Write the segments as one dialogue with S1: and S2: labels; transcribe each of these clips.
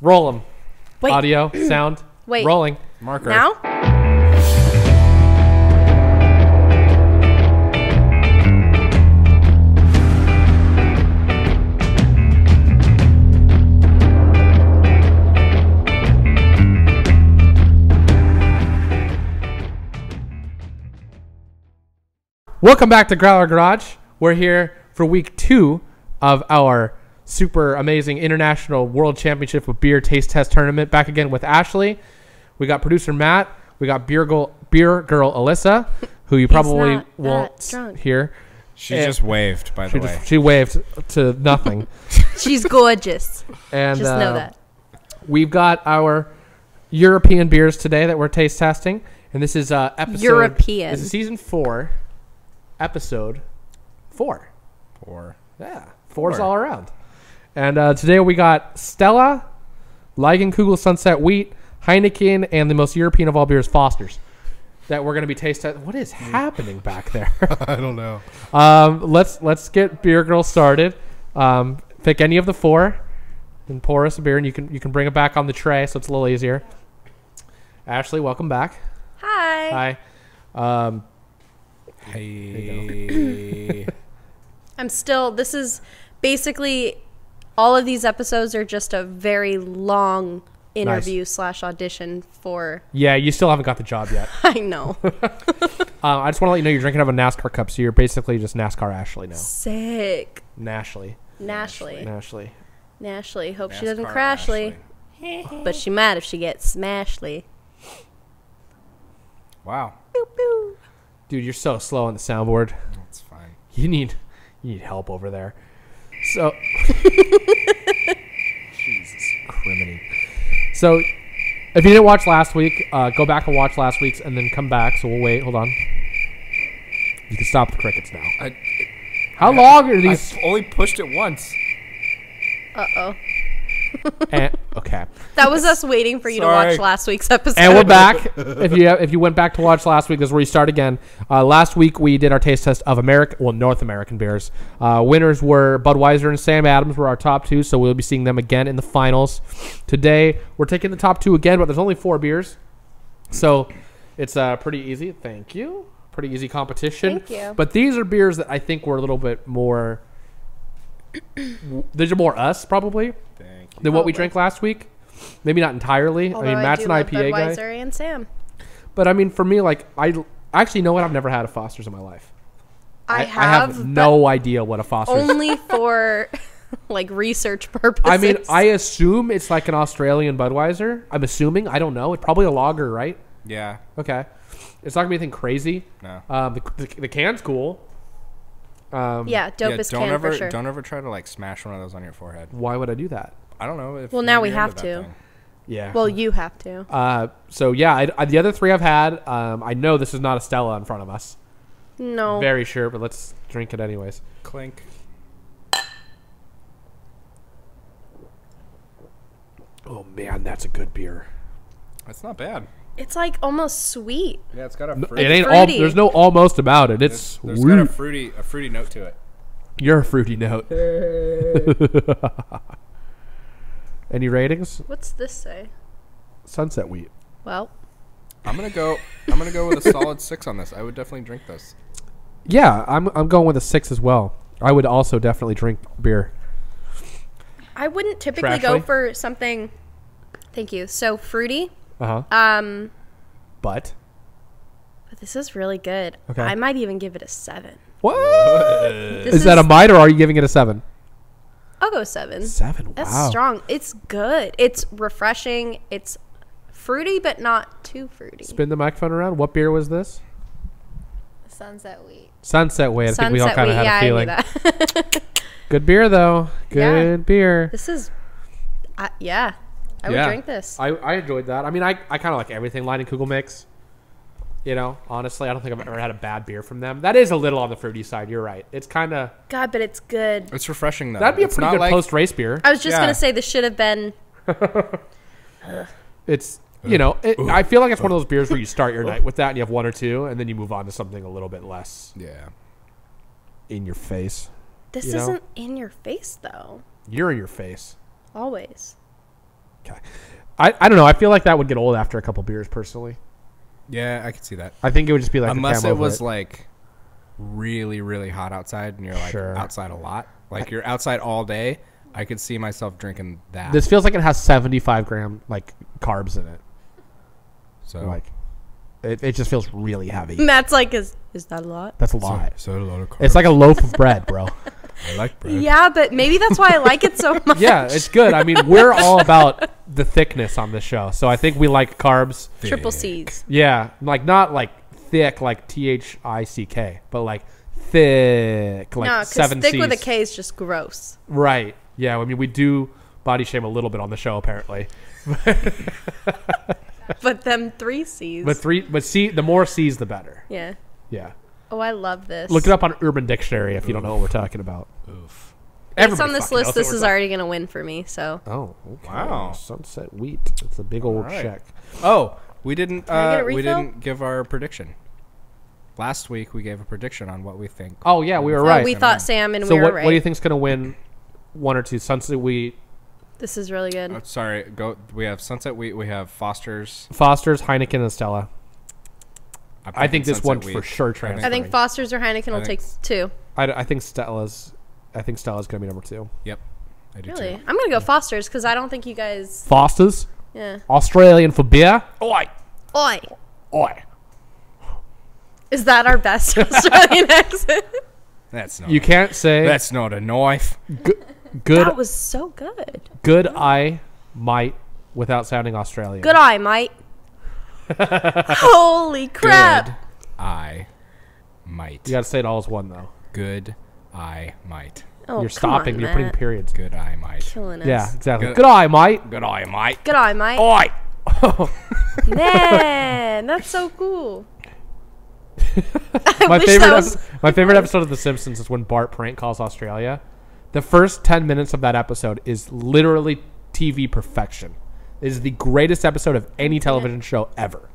S1: Roll them.
S2: Wait.
S1: Audio, sound.
S2: Wait.
S1: Rolling.
S3: Marker.
S2: Now?
S1: Welcome back to Growler Garage. We're here for week two of our super amazing international world championship of beer taste test tournament. Back again with Ashley. We got producer Matt. We got beer girl, beer girl Alyssa, who you probably
S2: not that
S1: won't
S2: drunk.
S1: hear.
S3: She
S1: Yeah.
S3: just waved, by
S1: Eh. She,
S3: the way.
S1: just, she waved to nothing.
S2: She's gorgeous.
S1: And
S2: Just know
S1: uh,
S2: that.
S1: We've got our European beers today that we're taste testing, and this is uh, episode
S2: European.
S1: This is season four, episode four.
S3: Or
S1: Yeah, fours
S3: Four.
S1: all around. And uh, today we got Stella, Leigenkugel Sunset Wheat, Heineken, and the most European of all beers, Foster's. That we're going to be taste testing. What is happening back there?
S3: I don't know.
S1: um, let's let's get beer girl started. Um, pick any of the four, and pour us a beer, and you can you can bring it back on the tray, so it's a little easier. Ashley, welcome back.
S2: Hi.
S1: Hi. Um,
S3: Hey.
S2: I'm still, this is basically all of these episodes are just a very long interview slash audition for.
S1: yeah, you still haven't got the job yet.
S2: I know.
S1: Uh, I just want to let you know you're drinking out of a NASCAR cup, so you're basically just NASCAR Ashley now.
S2: Sick.
S1: Nashley.
S2: Nashley.
S1: Nashley.
S2: Nashley. Hope she doesn't
S3: NASCAR
S2: crashly.
S3: Ashley.
S2: But she might if she gets smashly.
S3: Wow.
S2: Pew, pew.
S1: Dude, you're so slow on the soundboard.
S3: That's fine.
S1: You need you need help over there. So
S3: Jesus. Criminy.
S1: so if you didn't watch last week, uh, go back and watch last week's and then come back. So we'll wait. Hold on. You can stop the crickets now.
S3: I,
S1: How long are
S3: I
S1: these?
S3: only pushed it once.
S2: Uh oh.
S1: and, okay.
S2: That was us waiting for you to
S3: Sorry.
S2: watch last week's episode.
S1: And we're back. if you if you went back to watch last week, this is where you start again. Uh, last week we did our taste test of American, well, North American beers. Uh, winners were Budweiser and Sam Adams were our top two, so we'll be seeing them again in the finals. Today we're taking the top two again, but there's only four beers, so it's uh, pretty easy. Thank you. Pretty easy competition.
S2: Thank you.
S1: But these are beers that I think were a little bit more. These are more us probably
S3: Thank you.
S1: than what we
S2: Probably.
S1: drank last week. Maybe not entirely.
S2: Although
S1: I mean, Matt's
S2: do
S1: an
S2: love
S1: IPA guy.
S2: Budweiser and Sam.
S1: But I mean, for me, like I actually know what I've never had a Foster's in my life.
S2: I,
S1: I
S2: have, but
S1: no idea what a Foster's.
S2: only for like research purposes.
S1: I mean, I assume it's like an Australian Budweiser. I'm assuming. I don't know. It's probably a lager, right?
S3: Yeah.
S1: Okay. It's not gonna be anything crazy.
S3: No.
S1: Um, the, the, the can's cool. Um,
S2: yeah, dope as
S3: don't
S2: can
S3: ever
S2: for sure.
S3: don't ever try to like smash one of those on your forehead.
S1: Why would I do that?
S3: I don't know if
S2: Well, now
S3: you're
S2: we
S3: into
S2: have
S3: that
S2: to.
S3: thing.
S1: Yeah.
S2: Well, you have to.
S1: Uh, so yeah, I, I, the other three I've had. Um, I know this is not a Stella in front of us.
S2: No,
S1: Very sure, but let's drink it anyways.
S3: Clink.
S1: Oh man, that's a good beer.
S3: That's not bad.
S2: it's like almost sweet.
S3: Yeah, it's got a
S1: It
S3: fruity.
S1: ain't all.
S2: fruity.
S1: There's no almost about it. It's
S3: there's got a
S1: sweet.
S3: fruity a fruity note to it.
S1: You're a fruity note. Any ratings?
S2: What's this say?
S1: Sunset wheat.
S2: Well,
S3: I'm gonna go. I'm gonna go with a solid six on this. I would definitely drink this.
S1: Yeah, I'm I'm going with a six as well. I would also definitely drink beer.
S2: I wouldn't typically go
S1: Trashly?
S2: for something. Thank you. So fruity.
S1: Uh
S3: Uh-huh.
S1: huh.
S2: Um,
S1: But
S2: but this is really good.
S1: Okay.
S2: I might even give it a seven.
S1: what
S3: What?
S1: is that a mite or are you giving it a seven?
S2: I'll go seven.
S1: Seven.
S2: That's strong. It's good. It's refreshing. It's fruity, but not too fruity.
S1: Spin the microphone around. What beer was this?
S4: Sunset Wheat.
S1: Sunset wheat. I think we all kind of
S2: Wheat,
S1: had a feeling.
S2: I knew that.
S1: Good beer though.
S2: Yeah.
S1: Good beer.
S2: this is, I yeah, I
S1: Yeah.
S2: would drink this.
S1: I, I enjoyed that. I mean, I, I kind of like everything Line and Kugel makes. You know, honestly, I don't think I've ever had a bad beer from them. That is a little on the fruity side. You're right. It's kind of
S2: God, but it's good.
S3: It's refreshing though.
S1: that'd be a
S3: Uh, It's
S1: pretty
S3: not
S1: good
S3: like-
S1: post race beer.
S2: I was just
S3: Yeah.
S2: gonna say this should have been.
S1: It's you know, it, I feel like it's one of those beers where you start your night with that and you have one or two, and then you move on to something a little bit less
S3: Yeah.
S1: in your face.
S2: This
S1: You know?
S2: isn't in your face though.
S1: You're in your face.
S2: Always.
S1: Okay. I, I don't know. I feel like that would get old after a couple beers, personally.
S3: Yeah, I could see that.
S1: I think it would just be like
S3: Unless
S1: the cam
S3: it
S1: over
S3: was like really, really hot outside and you're like
S1: Sure.
S3: outside a lot, like you're outside all day, I could see myself drinking that.
S1: this feels like it has 75 gram like carbs in it.
S3: so
S1: Like it, it just feels really heavy.
S2: Matt's like, is is that a lot?
S1: That's a
S3: so,
S1: lot.
S3: so a lot of carbs.
S1: It's like a loaf of bread, bro.
S3: I like bread.
S2: Yeah, but maybe that's why I like it so much.
S1: yeah, it's good. I mean, we're all about the thickness on this show, so I think we like carbs.
S2: Triple
S3: Thick.
S2: C's.
S1: Yeah, like not like thick, like T H I C K, but like thick, like
S2: no, because
S1: seven
S2: thick
S1: C's.
S2: with a K is just gross.
S1: Right. Yeah. I mean, we do body shame a little bit on the show, apparently.
S2: But them three C's.
S1: But three, but C, the more C's, the better.
S2: yeah.
S1: Yeah.
S2: Oh, I love this.
S1: Look it up on Urban Dictionary if you don't know what we're talking about.
S3: Oof.
S2: Based on
S1: Everybody
S2: this
S1: fucking
S2: list,
S1: knows what
S2: this
S1: we're
S2: is
S1: talking-
S2: already gonna win for me. So
S1: Oh, okay.
S3: Wow.
S1: Sunset wheat. It's a big old
S3: right.
S1: check.
S3: Oh, we didn't.
S2: I
S3: Uh,
S2: get a
S3: we
S2: refill?
S3: didn't give our prediction. Last week we gave a prediction on what we think.
S1: Oh yeah, we were
S2: So
S1: right.
S2: we thought Sam and
S1: so
S2: we were
S1: what,
S2: right.
S1: what do you think's gonna win? One or two sunset wheat.
S2: this is really good.
S3: Oh, sorry, go. We have Sunset Wheat. We have Foster's.
S1: Foster's, Heineken, and Stella.
S3: I'm
S1: I think
S3: thinking
S1: this one
S3: Sunset
S1: for
S3: Wheat.
S1: sure
S3: think-
S2: I think
S1: transferring.
S2: Foster's or Heineken will
S3: I
S2: take
S3: think-
S2: two.
S1: I, I think Stella's. I think Stella's gonna be number two.
S3: Yep. I do
S2: Really,
S3: Too.
S2: I'm gonna go Foster's because I don't think you guys.
S1: Foster's
S2: Yeah.
S1: Australian for beer. Oi,
S2: Oi,
S1: oi.
S2: is that our best Australian accent?
S3: That's not.
S1: You can't say
S3: That's not a knife.
S1: good
S2: That was so good.
S1: good I might without sounding Australian.
S2: Good eye, mate. Holy crap!
S3: Good. I might.
S1: You gotta say it all as one though.
S3: Good. I might.
S2: Oh,
S1: you're
S2: come on,
S1: stopping. you're putting
S2: Matt.
S1: periods.
S3: Good. I might.
S2: Killing us.
S1: Yeah, Oh. exactly.
S3: Good.
S1: Good eye, mate.
S3: Good. I might.
S2: Good eye, mate.
S3: Oi.
S2: Man, that's so cool.
S1: my
S2: wish
S1: favorite
S2: that was-
S1: ep- my favorite episode of The Simpsons is when Bart prank calls Australia. The first ten minutes of that episode is literally TV perfection. It is the greatest episode of any television show ever.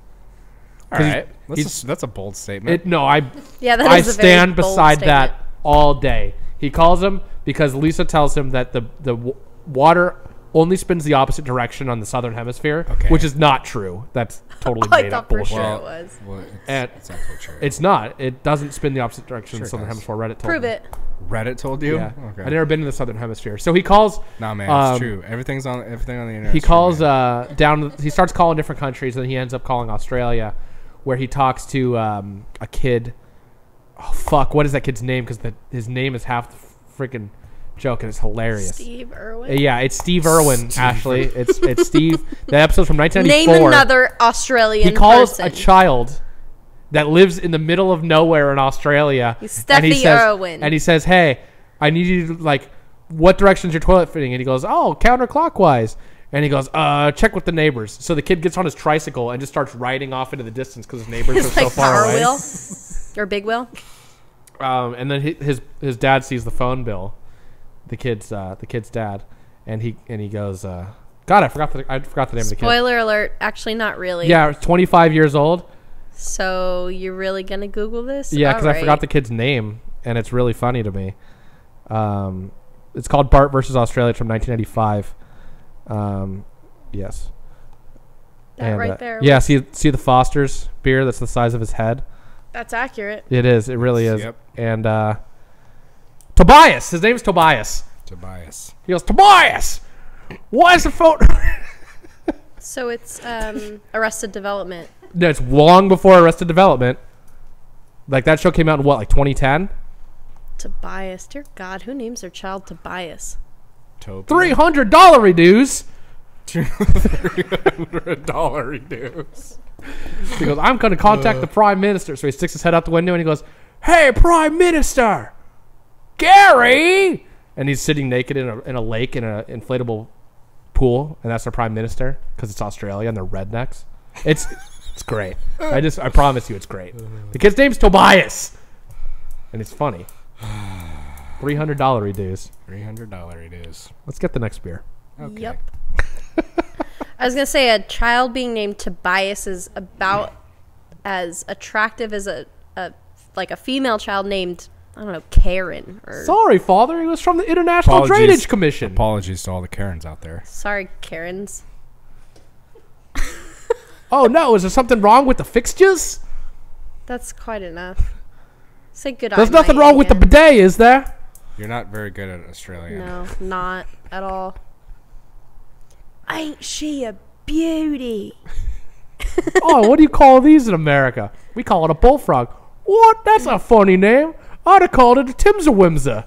S3: All
S1: 'Cause
S3: right.
S1: he's-
S3: That's, a, s- that's a bold statement.
S1: It, no, I
S2: Yeah, that
S1: I
S2: is a very
S1: stand
S2: bold
S1: beside
S2: statement.
S1: that all day. He calls him because Lisa tells him that the the w- water only spins the opposite direction on the southern hemisphere,
S3: Okay.
S1: which is not true. That's totally
S2: Oh, I
S1: made
S2: thought
S1: up
S2: for
S1: bullshit.
S2: sure it was.
S3: Well, it's,
S1: And-
S3: it's actually true.
S1: It's not. It doesn't spin the opposite direction in the
S3: Sure it
S1: southern
S3: does.
S1: hemisphere. Reddit told
S2: Prove
S1: me.
S2: it.
S3: Reddit told you.
S1: Yeah,
S3: Okay.
S1: I've never been to the southern hemisphere. So he calls.
S3: Nah, man,
S1: um,
S3: it's true. Everything's on everything on the internet.
S1: He
S3: is true,
S1: calls
S3: man.
S1: uh, down. He starts calling different countries, and then he ends up calling Australia, where he talks to um, a kid. Oh fuck! What is that kid's name? Because his name is half the freaking joke, and it's hilarious.
S2: Steve
S1: Uh,
S2: Irwin.
S1: Yeah, it's Steve Irwin. Ashley, it's it's Steve. That episode's from
S2: Name
S1: 1994.
S2: another Australian
S1: he calls
S2: person.
S1: a child that lives in the middle of nowhere in Australia.
S2: He's
S1: and he
S2: Steffi
S1: says-
S2: Irwin.
S1: And he says, "Hey, I need you to like, what direction's your toilet fitting?" And he goes, "Oh, counterclockwise." And he goes, "Uh, check with the neighbors." So the kid gets on his tricycle and just starts riding off into the distance because his neighbors are
S2: It's
S1: so
S2: like
S1: far
S2: Power
S1: away.
S2: Wheel or Big Wheel.
S1: Um, and then hi- his his dad sees the phone bill, the kid's uh, the kid's dad, and he and he goes, uh, "God, I forgot the I forgot the name of the kid."
S2: Spoiler alert. Actually, not really.
S1: Yeah, twenty five years old.
S2: So you're really gonna Google this?
S1: Yeah, because I forgot
S2: Alright.
S1: the kid's name, and it's really funny to me. Um, it's called Bart versus Australia it's from 1995. Um, yes. uh,
S2: That right there
S1: Yeah, see see the Foster's beer that's the size of his head.
S2: That's accurate.
S1: It is. It really is.
S3: Yep.
S1: And uh, Tobias, his name's Tobias.
S3: uh, Tobias.
S1: He goes, Tobias. Why is the phone?
S2: So it's um, Arrested Development.
S1: no, it's long before Arrested Development. Like that show came out in what, like 2010?
S2: Tobias, dear God, who names their child Tobias?
S3: Toby.
S1: Three hundred dollar reduce.
S3: dollar reduce.
S1: He goes, I'm going to contact the prime minister. So he sticks his head out the window and he goes, Hey, prime minister, Gary. And he's sitting naked in a, in a lake in an inflatable pool. And that's their prime minister because it's Australia and they're rednecks. It's, it's great. I just, I promise you, it's great. The kid's name's Tobias. And it's funny. $300 reduce.
S3: Three hundred dollar it is.
S1: Let's get the next beer.
S3: Okay.
S2: Yep. I was gonna say a child being named Tobias is about as attractive as a, a like a female child named I don't know Karen or
S1: Sorry, father. He was from the International
S3: Apologies.
S1: Drainage Commission.
S3: Apologies to all the Karens out there.
S2: sorry Karens.
S1: Oh no, is there something wrong with the fixtures?
S2: That's quite enough. Say good
S1: There's
S2: on
S1: nothing
S2: my
S1: wrong with the
S2: Ian.
S1: bidet, is there?
S3: You're not very good at Australian.
S2: No, not at all. Ain't she a beauty?
S1: oh, what do you call these in America? We call it a bullfrog. What? That's a funny name. I'd have called it a Tim's a Whimsa.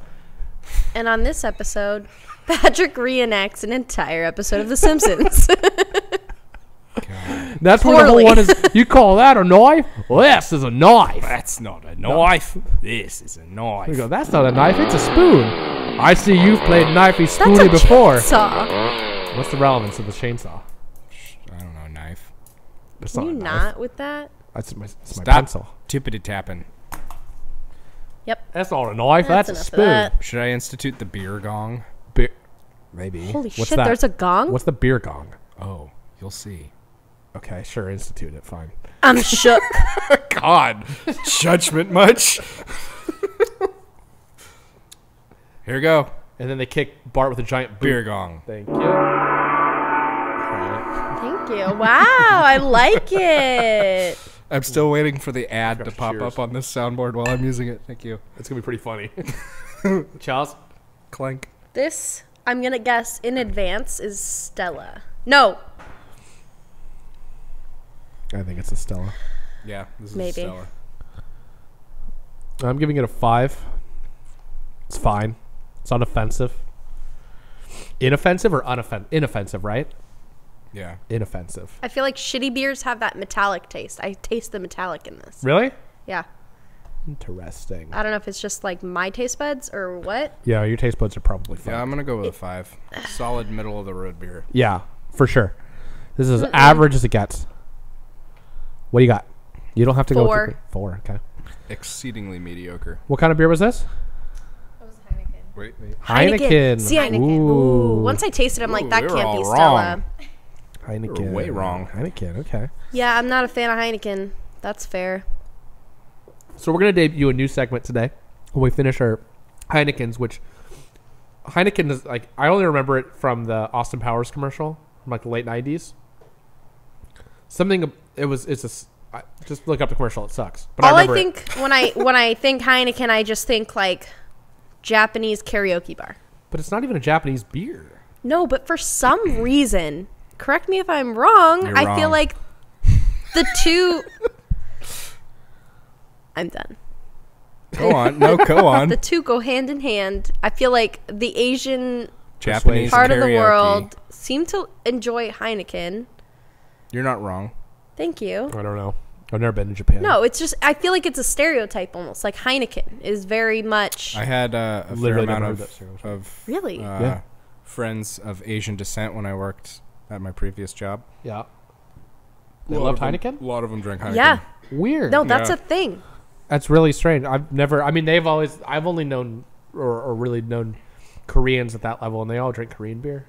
S2: And on this episode, Patrick reenacts an entire episode of The Simpsons.
S1: That's where the whole
S2: Poorly.
S1: one is. You call that a knife? Well, this is a knife.
S3: That's not a knife. This is a
S1: You
S3: knife.
S1: go, that's not a knife, it's a spoon. I see you've played knifey
S2: That's
S1: spoony
S2: a
S1: before.
S2: chainsaw.
S1: What's the relevance of the chainsaw?
S3: I don't know, knife.
S1: It's
S2: Can you
S1: a knife.
S2: not with that?
S1: That's my, it's my
S3: Stop
S1: pencil.
S3: tippity tapping.
S2: Yep.
S1: That's not a knife, that's,
S2: That's
S1: a
S2: enough of
S1: spoon.
S2: that.
S3: Should I institute the beer gong?
S1: Beer-
S3: Maybe.
S2: Holy
S1: What's
S2: shit,
S1: that?
S2: there's a gong?
S1: What's the beer gong?
S3: Oh, you'll see.
S1: Okay, sure, institute it, fine.
S2: I'm shook.
S3: God, judgment much? Here we go.
S1: And then they kick Bart with a giant boot.
S3: Beer gong.
S1: Thank you.
S2: Thank you. Wow, I like it.
S3: I'm still waiting for the ad to
S1: Gosh,
S3: pop
S1: cheers.
S3: up on this soundboard while I'm using it. Thank you.
S1: It's gonna be pretty funny. Charles?
S3: Clank.
S2: This, I'm going to guess in advance, is Stella. No,
S1: I think it's a Stella.
S3: Yeah, this is
S2: Maybe.
S3: stellar.
S1: I'm giving it a five. It's fine. It's unoffensive. Inoffensive or unoffen inoffensive, right?
S3: Yeah.
S1: Inoffensive.
S2: I feel like shitty beers have that metallic taste. I taste the metallic in this.
S1: Really?
S2: Yeah.
S1: Interesting.
S2: I don't know if it's just like my taste buds or what.
S1: Yeah, your taste buds are probably fine.
S3: Yeah, I'm gonna go with a five. Solid middle of the road beer.
S1: Yeah, for sure. This is as average as it gets. What do you got? You don't have to go
S2: Four.
S1: with the, four. Okay.
S3: Exceedingly mediocre.
S1: What kind of beer was this?
S4: It was Heineken.
S3: Wait,
S2: See, Heineken. Ooh.
S1: Ooh.
S2: Once I tasted it, I'm
S3: Ooh,
S2: like, that
S3: we were
S2: can't
S3: all
S2: be
S3: wrong.
S2: Stella.
S1: Heineken.
S3: We're way wrong.
S1: Heineken. Okay.
S2: Yeah, I'm not a fan of Heineken. That's fair.
S1: So we're gonna debut a new segment today when we finish our Heinekens, which Heineken is like I only remember it from the Austin Powers commercial from like the late '90s. Something ab- it was it's a s- I- just look up the commercial. It sucks. But
S2: All I,
S1: remember it.
S2: think when I when I think Heineken, I just think like Japanese karaoke bar.
S1: but it's not even a Japanese beer.
S2: No, but for some reason, correct me if I'm wrong,
S3: You're
S2: I feel
S3: wrong.
S2: like the two I'm done.
S3: go on. No, go on.
S2: The two go hand in hand. I feel like the Asian
S3: Japanese
S2: part of the
S3: karaoke.
S2: world seem to enjoy Heineken.
S3: You're not wrong.
S2: Thank you.
S1: I don't know. I've never been to Japan.
S2: No, it's just I feel like it's a stereotype almost. Like Heineken is very much
S3: I had uh, a
S1: Literally
S3: fair
S1: never
S3: amount
S1: heard that
S3: of,
S1: stereotype.
S3: of
S2: Really?
S3: uh,
S1: Yeah.
S3: friends of Asian descent when I worked at my previous job.
S1: Yeah. They
S3: A lot
S1: loved
S3: of them-
S1: Heineken.
S3: A lot of them drank Heineken.
S2: Yeah.
S1: Weird.
S2: No, that's
S3: Yeah.
S2: a thing.
S1: That's really strange. I've never. I mean, they've always. I've only known or, or really known Koreans at that level, and they all drink Korean beer.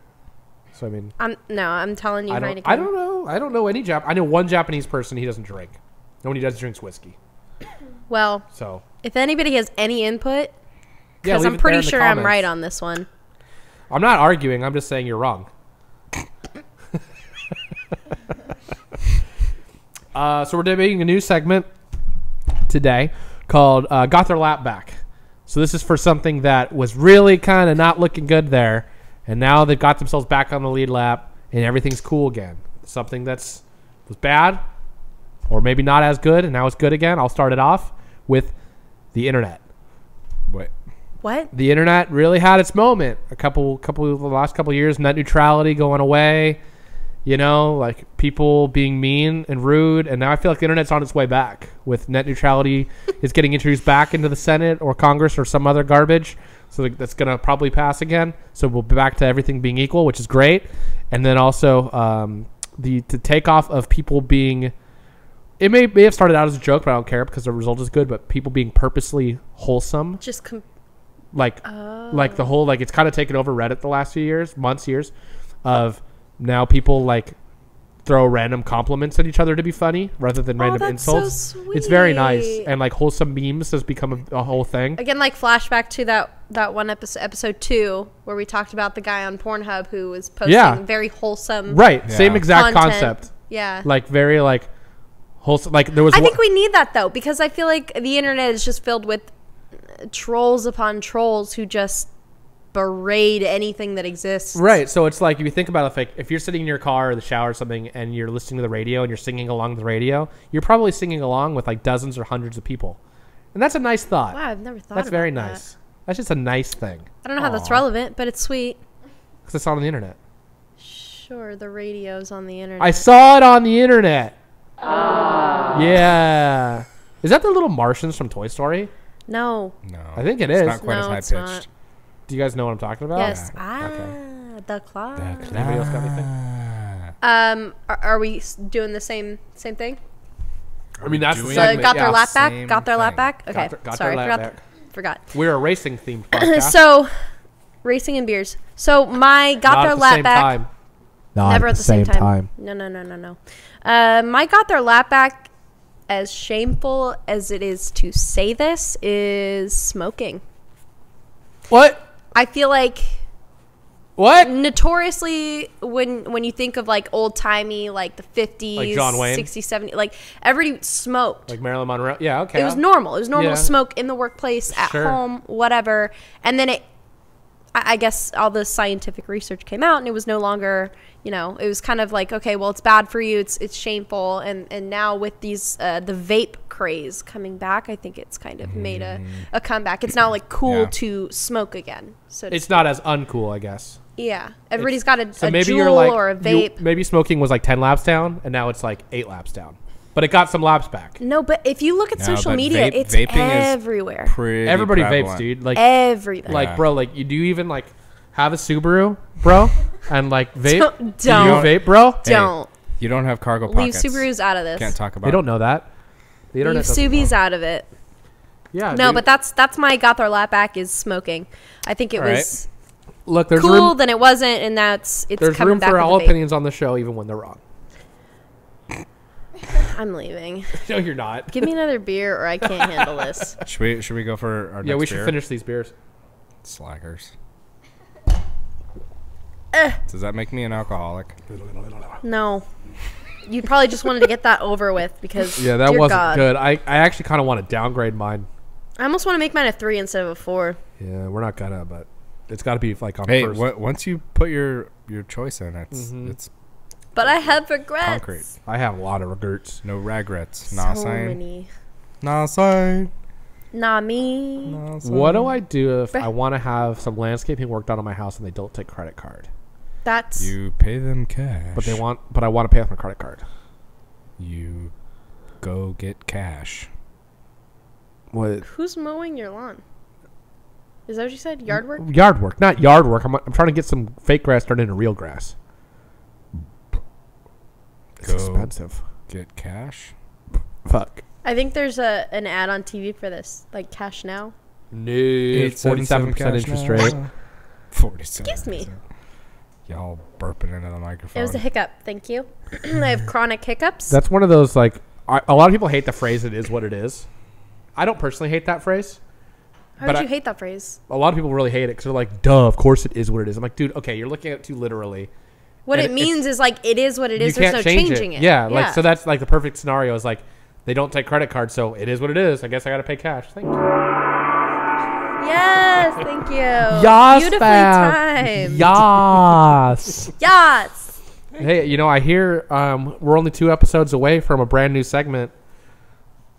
S1: So I mean,
S2: I'm no, I'm telling you
S1: I
S2: Heineken.
S1: don't. I don't know. I don't know any Jap. I know one Japanese person. He doesn't drink. No one he does drinks whiskey.
S2: Well,
S1: So
S2: if anybody has any input,
S1: yeah,
S2: because
S1: leave it there
S2: I'm
S1: in
S2: pretty
S1: the
S2: sure I'm right
S1: comments.
S2: on this one.
S1: I'm not arguing. I'm just saying you're wrong. uh, so we're debating a new segment today called uh, "Got Their Lap Back." So this is for something that was really kind of not looking good there, and now they've got themselves back on the lead lap, and everything's cool again. Something that's was bad, or maybe not as good, and now it's good again. I'll start it off with the internet
S3: Wait.
S2: What?
S1: the internet really had its moment a couple couple of the last couple of years net neutrality going away you know like people being mean and rude and now i feel like the internet's on its way back with net neutrality is getting introduced back into the senate or congress or some other garbage so like, that's going to probably pass again so we'll be back to everything being equal which is great and then also um, the to take off of people being it may, may have started out as a joke but i don't care because the result is good but people being purposely wholesome
S2: Just com-
S1: like like
S2: Oh.
S1: the whole like it's kind of taken over reddit the last few years months years of now people like throw random compliments at each other to be funny rather than random
S2: Oh, that's so
S1: insults it's very nice
S2: sweet.
S1: and like wholesome memes has become a, a whole thing
S2: again, like flashback to that that one episode, episode two, where we talked about the guy on Pornhub who was posting
S1: Yeah.
S2: very wholesome.
S1: right
S3: Yeah.
S1: same exact
S2: Content.
S1: concept
S2: Yeah.
S1: like very like wholesome. Like there was.
S2: I
S1: one-
S2: think we need that though because I feel like the internet is just filled with trolls upon trolls who just berate anything that exists.
S1: Right. So it's like if you think about it, if, like if you're sitting in your car or the shower or something and you're listening to the radio and you're singing along with the radio, you're probably singing along with like dozens or hundreds of people. And that's a nice thought.
S2: Wow, I've never thought.
S1: that's
S2: about
S1: very
S2: that.
S1: nice. That's just a nice thing.
S2: I don't know how that's
S1: Aw.
S2: relevant, but it's sweet.
S1: Because I saw it on the internet.
S2: Sure, the radio's on the internet.
S1: I saw it on the internet. Yeah. Is that the little Martians from Toy Story?
S2: no.
S3: No,
S1: I think it
S3: it's
S1: is.
S3: not quite
S2: No,
S3: as
S2: it's
S3: high
S2: not.
S3: pitched.
S1: Do you guys know what I'm talking about?
S2: Yes.
S3: yeah.
S2: Ah, the clock.
S1: Anybody else got anything?
S2: Um, are, are we s- doing the same same thing?
S1: I mean, that's the
S3: Doing
S2: So
S1: segment,
S2: got their
S1: yeah.
S2: lap back.
S3: Same
S2: Got their lap
S3: thing.
S2: back.
S1: Got
S2: Okay.
S1: their- got their
S2: Sorry,
S1: lap
S2: forgot.
S1: back.
S2: Forgot.
S1: We're a racing themed podcast.
S2: So, racing and beers. So my got
S1: Not
S2: their
S1: at the
S2: lap
S1: same
S2: back.
S1: time.
S5: Not
S2: Never at the same, time. No, no, no, no, no. Uh, my got their lap back. As shameful as it is to say this, is smoking.
S1: What?
S2: I feel like
S1: What?
S2: notoriously when when you think of like old timey like the 50s
S1: Like John Wayne?
S2: 60s 70s like everybody smoked
S1: Like Marilyn Monroe? Yeah. Okay.
S2: it was normal it was normal
S1: Yeah.
S2: to smoke in the workplace at
S1: Sure.
S2: home whatever and then it I I guess all the scientific research came out, and it was no longer, you know, it was kind of like, okay, well, it's bad for you, it's it's shameful, and and now with these uh, the vape craze coming back, I think it's kind of made
S1: Mm.
S2: a, a comeback. It's now like cool
S3: Yeah.
S2: to smoke again, so to
S1: It's not as uncool, I guess.
S2: yeah, everybody's got a,
S1: So
S2: a
S1: maybe
S2: jewel
S1: you're like
S2: or a
S1: you-
S2: vape.
S1: maybe smoking was like ten laps down, and now it's like eight laps down. But it got some laps back.
S2: no, but if you look at
S3: No,
S2: social
S3: but
S2: media,
S3: vape-
S2: it's
S3: vaping is
S2: everywhere.
S3: Pretty
S1: Everybody vapes,
S3: prevalent.
S1: dude. Like,
S2: everywhere.
S1: like,
S3: Yeah.
S1: bro, like, you do you even like have a Subaru, bro? And like vape?
S2: Don't-
S1: Do you
S2: don't.
S1: vape, bro?
S3: Hey,
S2: Don't
S3: You don't have cargo
S2: leave
S3: pockets.
S2: Subarus out of this.
S3: Can't talk about.
S1: They don't know that. The
S2: leave
S1: internet doesn't
S2: Subies out of it.
S1: know. Yeah.
S2: No,
S1: dude.
S2: but that's that's my got their lap back is smoking. I think it
S3: All right.
S2: was
S1: look, there's
S2: cool,
S1: room.
S2: then it wasn't, and that's it's
S1: There's
S2: coming
S1: room
S2: back.
S1: for
S2: with
S1: all
S2: the vape.
S1: opinions on the show, even when they're wrong.
S2: I'm leaving.
S1: no, you're not.
S2: Give me another beer, or I can't handle this.
S3: Should we? Should we go for our?
S1: Yeah,
S3: next
S1: we should
S3: beer?
S1: finish these beers.
S3: Slackers.
S2: Eh.
S3: Does that make me an alcoholic?
S2: No, you probably just wanted to get that over with because
S1: Yeah, that
S2: dear
S1: wasn't
S2: God.
S1: good. I, I actually kind of want to downgrade mine.
S2: I almost want to make mine a three instead of a four.
S1: Yeah, we're not gonna, but it's got to be like on
S3: Hey,
S1: first. Mm-hmm.
S3: what, once you put your your choice in, it's it's
S2: But I have regrets.
S3: concrete.
S1: I have a lot of regrets.
S3: No regrets.
S2: So
S3: nah, sign.
S2: many.
S3: Nah, sign.
S2: Nah, me.
S3: Nah, sign.
S1: What do I do if
S2: Bruh.
S1: I want to have some landscaping work done on my house and they don't take credit card,
S2: That's
S3: You pay them cash.
S1: but they want, but I want to pay with my credit card?
S3: you go get cash.
S1: What
S2: who's mowing your lawn? Is that what you said? Yard work?
S1: yard work? Not yard work. I'm, I'm trying to get some fake grass turned into real grass. It's
S3: Go
S1: expensive.
S3: get cash.
S1: Fuck.
S2: I think there's a an ad on TV for this, like Cash Now.
S1: No, forty-seven percent interest rate.
S3: Forty-seven.
S2: Excuse me.
S3: Y'all burping into the microphone.
S2: It was a hiccup. Thank you. I have chronic hiccups.
S1: That's one of those like I, a lot of people hate the phrase "it is what it is." I don't personally hate that phrase.
S2: How
S1: but
S2: would
S1: I-
S2: you hate that phrase?
S1: A lot of people really hate it because they're like, "Duh, of course it is what it is." I'm like, dude, okay, you're looking at it too literally.
S2: What
S1: And
S2: it
S1: it-
S2: means is like it is what it is. There's no changing it.
S1: Yeah, like so that's like the perfect scenario is like they don't take credit cards, so it is what it is. I guess I gotta pay cash. Thank you.
S2: Yes, thank you. Beautifully timed.
S1: Yas.
S2: Yes.
S1: hey, you know, I hear um, we're only two episodes away from a brand new segment.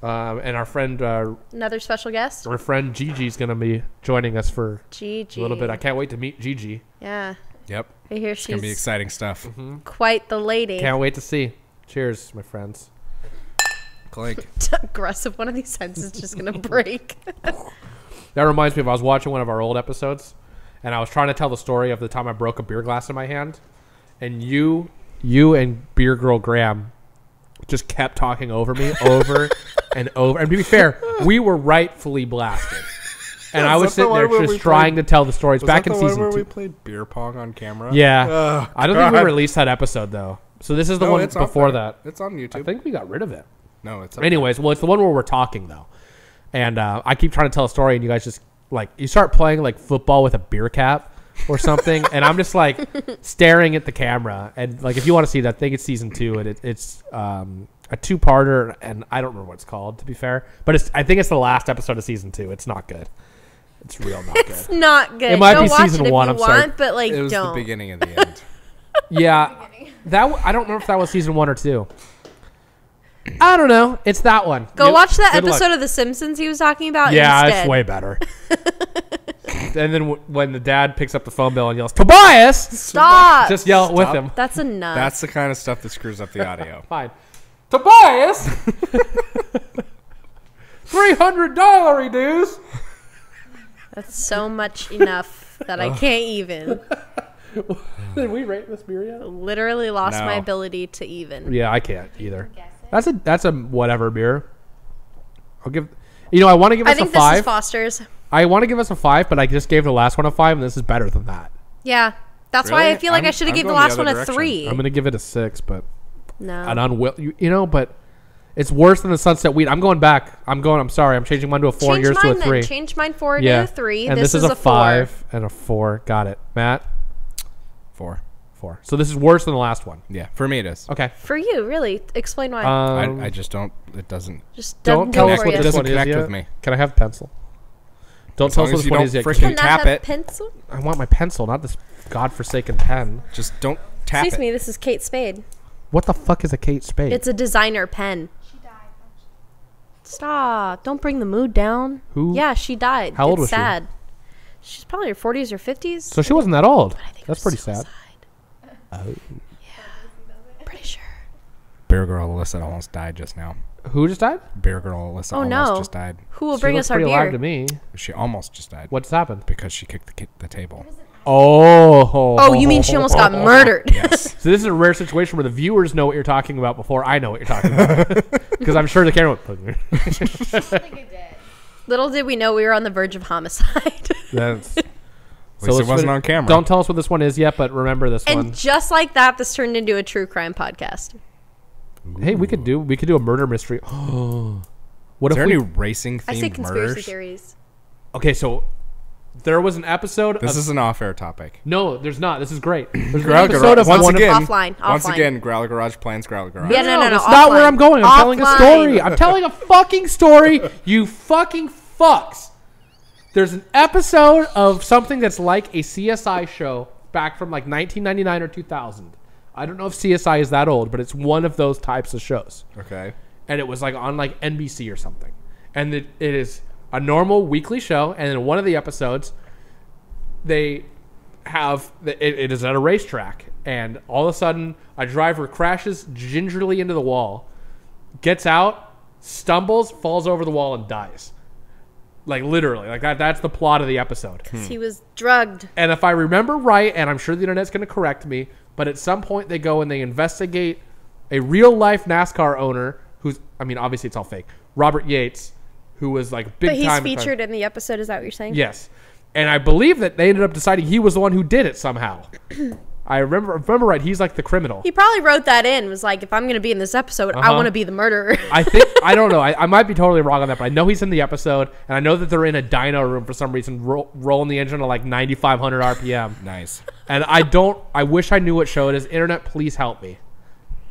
S1: Um, and our friend uh,
S2: Another special guest.
S1: our friend Gigi's gonna be joining us for
S2: Gigi.
S1: a little bit. I can't wait to meet Gigi.
S2: Yeah.
S3: Yep.
S2: I hear
S3: It's gonna be
S2: she's
S3: exciting stuff.
S2: quite the lady.
S1: Can't wait to see. Cheers, my friends.
S3: Clink.
S2: Aggressive. One of these heads is just gonna break.
S1: That reminds me of I was watching one of our old episodes, and I was trying to tell the story of the time I broke a beer glass in my hand, and you, you and beer girl Graham, just kept talking over me over and over. And to be fair, we were rightfully blasted, and I
S3: Was
S1: was
S3: that the
S1: sitting there
S3: one where
S1: just
S3: we
S1: trying to tell the stories
S3: Was
S1: back
S3: that
S1: in
S3: the one
S1: season
S3: where
S1: two.
S3: we played beer pong on camera?
S1: yeah,
S3: Oh,
S1: I don't think we
S3: God.
S1: released that episode though. So this is the
S3: No,
S1: one
S3: it's up
S1: before
S3: there.
S1: that.
S3: It's on
S1: I
S3: YouTube.
S1: think we got rid of it.
S3: No, it's up
S1: Anyways, well, it's the one where we're talking though, and uh, I keep trying to tell a story, and you guys just like you start playing like football with a beer cap, or something, and I'm just like staring at the camera. And like, if you want to see that, I think it's season two, and it, it's um, a two-parter, and I don't remember what it's called to be fair, but it's I think it's the last episode of season two. It's not good. It's real not good.
S2: It's not good.
S1: It might
S2: Go
S1: be
S2: watch
S1: season
S2: it if
S1: one,
S2: you
S1: I'm
S2: want,
S1: sorry.
S2: but like
S3: It was
S2: don't.
S3: the beginning and the end.
S1: Yeah, that w- I don't remember if that was season one or two. I don't know. It's that one.
S2: Go
S1: You-
S2: watch that
S1: good luck.
S2: episode of The Simpsons he was talking about.
S1: Yeah,
S2: instead.
S1: it's way better. and then w- when the dad picks up the phone bill and yells, "Tobias!"
S2: Stop.
S1: Just yell it with
S3: Stop.
S1: him.
S2: That's enough.
S3: That's the kind of stuff that screws up the audio.
S1: Fine. Tobias! $300 he dues!
S2: That's so much enough that
S1: Oh.
S2: I can't even.
S1: Did we rate this beer
S2: Literally lost my
S3: No.
S2: ability to even.
S1: yet? Yeah, I can't either.
S4: Guess it.
S1: That's a that's a whatever beer. I'll give you know, I want to give
S2: I
S1: us a
S2: think this is
S1: five.
S2: Foster's.
S1: I want to give us a five, but I just gave the last one a five, and this is better than that.
S2: Yeah. That's why I
S3: Really?
S2: feel like i
S3: I'm-
S2: should have
S3: I'm
S2: given the
S3: going the
S2: last
S3: other
S2: one a
S3: direction.
S2: three.
S1: I'm gonna give it a six, but
S2: no.
S1: an unwill you, you know, but it's worse than the sunset weed. I'm going back. I'm going. I'm sorry. I'm changing mine to a four and
S2: Change
S1: yours
S2: mine
S1: to a three.
S2: then. Change mine forward
S1: yeah,
S2: to a three.
S1: And
S2: this,
S1: this,
S2: is, a four.
S1: five and a four. Got it, Matt.
S3: Four.
S1: Four. So this is worse than the last one.
S3: Yeah, for me it is.
S1: Okay.
S2: For you, really. Explain why.
S1: Um,
S3: I, I just don't. It doesn't.
S2: Just
S1: don't
S2: don't
S1: tell
S2: go
S1: us
S2: for
S1: what
S2: you.
S1: this
S3: Doesn't
S1: one is
S3: connect
S1: yet.
S3: with me.
S1: Can I have pencil? Don't tell us
S3: long
S1: what
S3: as
S1: this
S3: you
S1: one
S3: don't
S1: is yet.
S3: frickin'
S2: Can
S1: Can
S3: You
S2: that
S3: tap
S2: have
S3: it.
S2: pencil?
S1: I want my pencil, not this godforsaken pen.
S3: Just don't tap
S2: Excuse
S3: it.
S2: me, this is Kate Spade.
S1: What the fuck is a Kate Spade?
S2: It's a designer pen.
S4: She died. actually.
S2: Stop. Don't bring the mood down.
S1: Who?
S2: Yeah, she died.
S1: How old
S2: It's
S1: was she?
S2: sad. She's probably in her 40s or 50s.
S1: so she wasn't that old.
S2: I think it
S1: That's
S2: was
S1: pretty sad. Oh.
S2: suicide.
S4: Does it?
S2: Pretty sure.
S3: Bear Girl Alyssa almost died just now.
S1: Who just died?
S3: Bear Girl Alyssa
S2: Oh,
S3: almost
S2: no.
S3: just died.
S2: Who will
S1: She
S2: bring
S1: looks
S2: us our
S1: pretty alive
S2: beer?
S1: to me.
S3: She almost just died.
S1: What's happened?
S3: Because she kicked the, ki- the table.
S1: Oh.
S2: Oh, you mean she almost got murdered?
S3: Yes.
S1: So this is a rare situation where the viewers know what you're talking about before I know what you're talking about. Because I'm sure the camera went.
S4: I think it did.
S2: Little did we know we were on the verge of homicide.
S1: That's,
S3: At least it wasn't on camera.
S1: Don't tell us what this one is yet, but remember this
S2: and just like that, this turned into a true crime podcast.
S1: one. Hey, we could do we could do a murder mystery. what
S3: Is there
S1: if we,
S3: any racing
S2: I say
S3: themed
S2: conspiracy
S3: murders?
S2: theories.
S1: Okay, so there was an episode.
S3: This
S1: of,
S3: is an off-air topic.
S1: no, there's not. Oh. This is great. There's an
S3: Growl
S1: episode
S3: Garage.
S1: of
S3: Once
S1: one
S3: again,
S2: Offline,
S3: once
S2: offline.
S3: again, Growl Garage plans Growl Garage.
S2: Yeah, no, no, no.
S1: That's not where
S2: offline.
S1: I'm going. I'm telling a
S2: Offline.
S1: story. I'm telling a fucking story. You fucking fucks. There's an episode of something that's like a CSI show back from like 1999 or 2000. I don't know if CSI is that old, but it's one of those types of shows.
S3: Okay.
S1: And it was like on like NBC or something. And it, it is a normal weekly show. And in one of the episodes, they have it, it is at a racetrack and all of a sudden a driver crashes gingerly into the wall gets out stumbles falls over the wall and dies like literally like that that's the plot of the episode
S2: He was drugged.
S1: and if i remember right and i'm sure the internet's going to correct me but at some point they go and they investigate a real life nascar owner who's i mean obviously it's all fake robert yates who was like big
S2: But he's
S1: time
S2: featured in the episode. Is that what you're saying?
S1: Yes, and I believe that they ended up deciding he was the one who did it somehow. I remember if I remember right. He's like the criminal.
S2: He probably wrote that in. Was like, if I'm going to be in this episode, I
S1: Uh-huh.
S2: want to be the murderer.
S1: I think I don't know. I, I might be totally wrong on that, but I know he's in the episode, and I know that they're in a dyno room for some reason, ro- rolling the engine to like 9,500 RPM.
S3: Nice.
S1: And I don't. I wish I knew what show it is. Internet, please help me.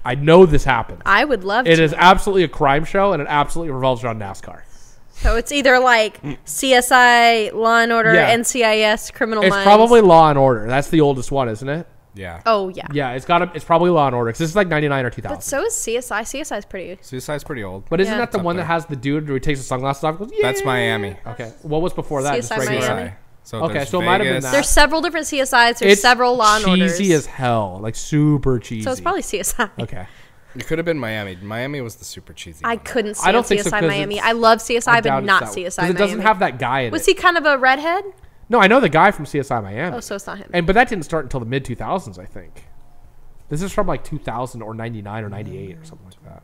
S1: I know this happened.
S2: I would love
S1: It
S2: to.
S1: is absolutely a crime show, and it absolutely revolves around NASCAR.
S2: So it's either like CSI, Law and Order,
S1: Mm. Yeah.
S2: NCIS, Criminal
S1: It's
S2: Minds.
S1: probably Law and Order. That's the oldest one, isn't it?
S3: Yeah.
S2: Oh yeah.
S1: Yeah, it's got. A, it's probably Law and Order 'cause this is like 99 or 2000.
S2: But so is CSI. CSI is pretty.
S3: Suicide's pretty old.
S1: But isn't
S2: Yeah.
S1: that the
S3: It's up
S1: one that
S3: there.
S1: has the dude who takes his sunglasses off? And goes, yeah.
S3: That's Miami.
S1: Okay. What was before that? Just
S2: CSI
S1: regular.
S2: Miami.
S3: CSI. So
S1: Oh, Okay,
S3: there's
S1: so it might have been
S3: Vegas.
S1: that.
S2: There's several different CSIs. There's
S1: Uh, It's
S2: several Law and Orders.
S1: cheesy as hell, like super cheesy.
S2: so it's probably CSI.
S1: okay.
S3: It could have been Miami. Miami was the super cheesy.
S2: I
S3: one.
S2: couldn't see
S1: I don't
S2: CSI
S1: think so, 'cause
S2: Miami.
S1: it's-
S2: I love CSI,
S1: I doubt
S2: but
S1: it's that
S2: not
S1: one. 'Cause
S2: CSI
S1: It
S2: Miami.
S1: doesn't have that guy in
S2: Was
S1: it.
S2: he kind of a redhead?
S1: No, I know the guy from CSI Miami.
S2: Oh, so it's not him.
S1: and but that didn't start until the mid 2000s, I think. This is from like 2000 or 99 or 98 or something like that.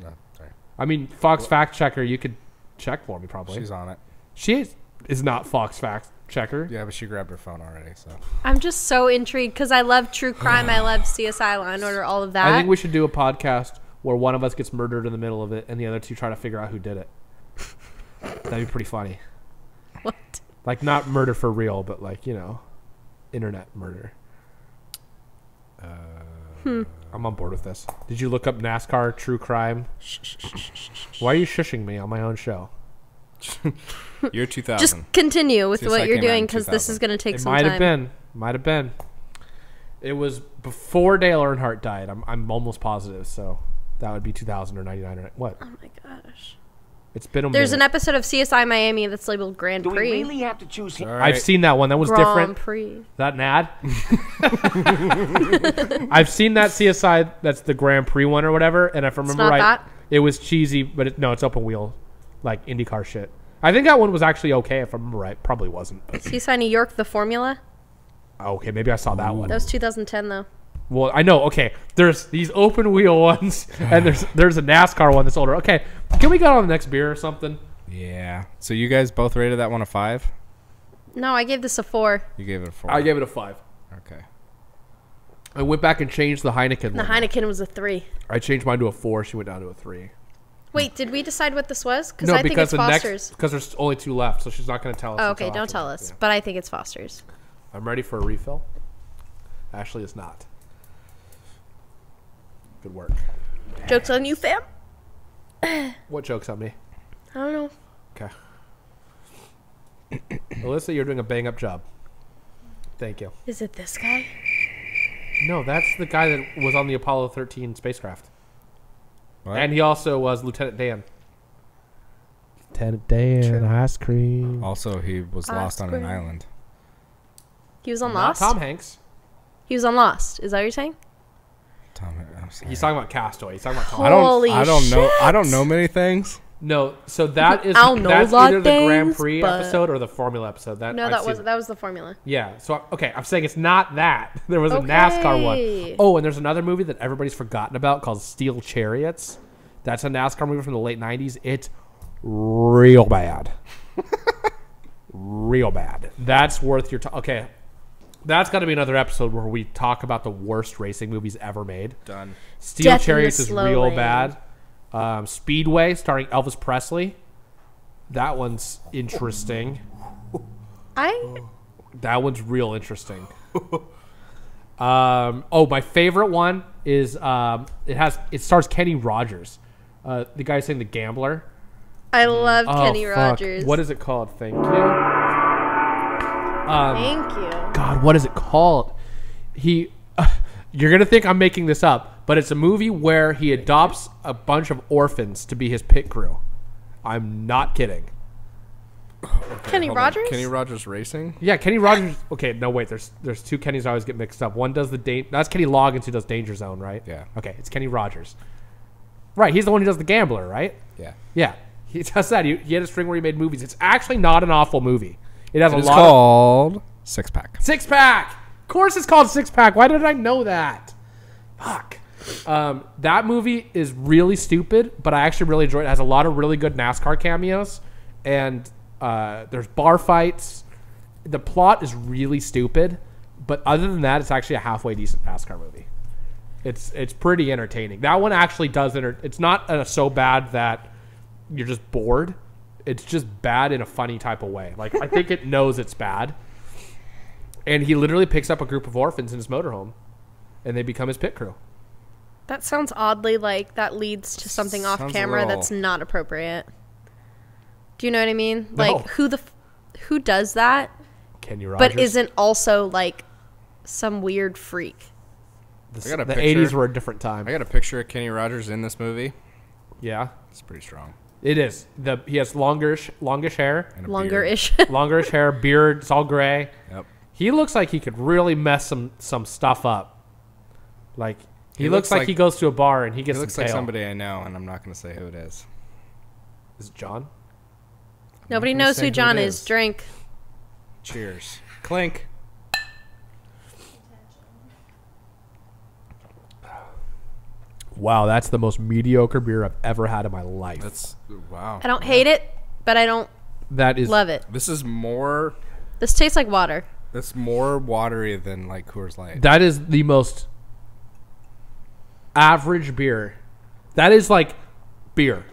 S3: No, sorry.
S1: I mean, Fox fact checker, you could check for me probably.
S3: She's on it.
S1: she is, is not Fox fact checker.
S3: Yeah, but she grabbed her phone already. So
S2: I'm just so intrigued because I love true crime. I love CSI, Law and Order, all of that.
S1: I think we should do a podcast where one of us gets murdered in the middle of it and the other two try to figure out who did it. That'd be pretty funny.
S2: what?
S1: Like not murder for real, but like, you know. internet murder.
S3: Uh,
S2: Hmm.
S1: I'm on board with this. Did you look up NASCAR true crime? Why are you shushing me on my own show?
S3: year 2000.
S2: Just continue with
S3: Since
S2: what
S3: that
S2: you're
S3: came out in
S2: doing because this
S3: 2000.
S2: is going to take
S1: it
S2: some
S1: might
S2: time.
S1: have been. Might have been. It was before Dale Earnhardt died. I'm, I'm almost positive. So that would be 2000 or 99 or what?
S2: Oh my gosh.
S1: It's been a
S2: There's an
S1: minute.
S2: episode of CSI Miami that's labeled Grand
S5: Do we
S2: Prix.
S5: really have to choose him?
S3: All right.
S1: I've seen that one. That was
S2: Grand
S1: different.
S2: Prix.
S1: That an ad? I've seen that CSI. That's the Grand Prix one or whatever. And if I remember
S2: not
S1: right,
S2: that?
S1: it was cheesy, but it, no, it's open wheel, like IndyCar shit. I think that one was actually okay. If I remember right, probably wasn't. But oh,
S2: CSI New York, The Formula.
S1: okay, maybe I saw that one.
S2: That was 2010 though.
S1: Well, I know. Okay, there's these open wheel ones, and there's there's a NASCAR one that's older. Okay, can we go on the next beer or something?
S3: Yeah. So you guys both rated that one a five.
S2: No, I gave this a four.
S3: You gave it a four.
S1: I gave it a five.
S3: Okay.
S1: I went back and changed the Heineken.
S2: The
S1: one.
S2: Heineken was a three.
S1: I changed mine to a four. She went down to a three.
S2: Wait, did we decide what this was? Because
S1: No,
S2: I think
S1: because
S2: it's
S1: the
S2: Foster's.
S1: next because there's only two left, so she's not going to tell us.
S2: Oh,
S1: until
S2: okay, don't
S1: after.
S2: tell us.
S1: Yeah.
S2: But I think it's Foster's.
S1: I'm ready for a refill. Ashley is not. Good work.
S2: Joke's on you, fam.
S1: What jokes on me?
S2: I don't know.
S1: Okay. Alyssa, you're doing a bang up job. Thank you.
S2: Is it this guy?
S1: No, that's the guy that was on the Apollo 13 spacecraft.
S3: What?
S1: And he also was Lieutenant Dan. Lieutenant Dan, ice cream.
S3: also, he was lost on an
S2: Oscar.
S3: island.
S2: He was on
S1: Not
S2: Lost.
S1: Tom Hanks.
S2: He was on Lost. Is that what you're saying?
S3: Tom, I'm sorry.
S1: He's talking about Castaway. He's talking about Tom.
S3: I don't.
S2: Holy
S3: I don't know. I don't
S2: shit.
S3: know many things.
S1: No, so that is
S2: I don't know
S1: that's
S2: a lot
S1: either the Grand
S2: things,
S1: Prix
S2: but-
S1: episode or the Formula episode. That
S2: No,
S1: I've
S2: that
S1: seen
S2: was
S1: it.
S2: that was the formula.
S1: Yeah. So okay, I'm saying it's not that. There was a NASCAR one.
S2: Okay.
S1: Oh, and there's another movie that everybody's forgotten about called Steel Chariots. That's a NASCAR movie from the late '90s. It's real bad. real bad. That's worth your time. Okay, that's got to be another episode where we talk about the worst racing movies ever made.
S3: Done.
S1: Steel
S2: Death in the
S1: Chariots is
S2: Slow
S1: real
S2: Lane.
S1: bad. Um, Speedway starring Elvis Presley. That one's interesting.
S2: I
S1: Oh. That one's real interesting. um, oh, my favorite one is um, it has it stars Kenny Rogers, uh, the guy saying the gambler.
S2: I love Kenny
S1: Oh, fuck.
S2: Rogers.
S1: What is it called? Thank you. Um,
S2: Thank you.
S1: God, what is it called? He, you're gonna think I'm making this up, but it's a movie where he adopts a bunch of orphans to be his pit crew. I'm not kidding.
S2: Kenny
S3: Hold on.
S2: Rogers?
S3: Kenny Rogers racing.
S1: Yeah, Kenny Rogers. Okay, no wait. There's there's two Kennys I always get mixed up. One does the da- that's Kenny Loggins who does Danger Zone, right?
S3: Yeah.
S1: Okay, it's Kenny Rogers. Right, he's the one who does the Gambler, right?
S3: Yeah.
S1: Yeah, he does that. He, he had a string where he made movies. It's actually not an awful movie. It has a
S3: It's
S1: lot. of-
S3: called Six Pack.
S1: Six Pack. Of course, it's called Six Pack. Why did I know that? Fuck. Um, that movie is really stupid, but I actually really enjoyed it. It has a lot of really good NASCAR cameos, and uh, there's bar fights. The plot is really stupid, but other than that, it's actually a halfway decent NASCAR movie. It's it's pretty entertaining. That one actually does enter. It's not uh, so bad that you're just bored. It's just bad in a funny type of way. Like I think it knows it's bad, and he literally picks up a group of orphans in his motorhome, and they become his pit crew.
S2: That sounds oddly like that leads to something off
S3: Sounds a
S2: camera that's
S3: little-
S2: not appropriate. Do you know what I mean?
S1: No.
S2: Like who the f- who does that
S1: Kenny Rogers.
S2: but isn't also like some weird freak?
S1: the,
S3: I got a
S1: the
S3: picture.
S1: 80s were a different
S3: I
S1: time?
S3: got a picture of Kenny Rogers in this movie.
S1: Yeah,
S3: It's pretty strong.
S1: it is. The he has longerish longish hair,
S3: And a beard.
S2: Longer-ish.
S1: longerish hair, beard. It's all gray.
S3: Yep.
S1: He looks like he could really mess some some stuff up. Like he,
S3: He
S1: looks,
S3: looks
S1: like,
S3: like-
S1: he goes to a bar and he
S3: He
S1: gets.
S3: looks
S1: some
S3: like
S1: tail.
S3: somebody I know, and I'm not going to say who it is.
S1: Is it John?
S2: Nobody
S3: Who's
S2: knows
S3: saying
S2: who
S3: who
S2: John
S3: it
S2: is.
S3: is?
S2: Drink.
S3: Cheers. Clink.
S1: Wow, that's the most mediocre beer I've ever had in my life.
S3: That's wow.
S2: I don't hate it, but I don't
S1: That is
S2: love it.
S3: This is more.
S2: This tastes like water.
S3: That's more watery than like Coors Light.
S1: That is the most average beer. That is like beer.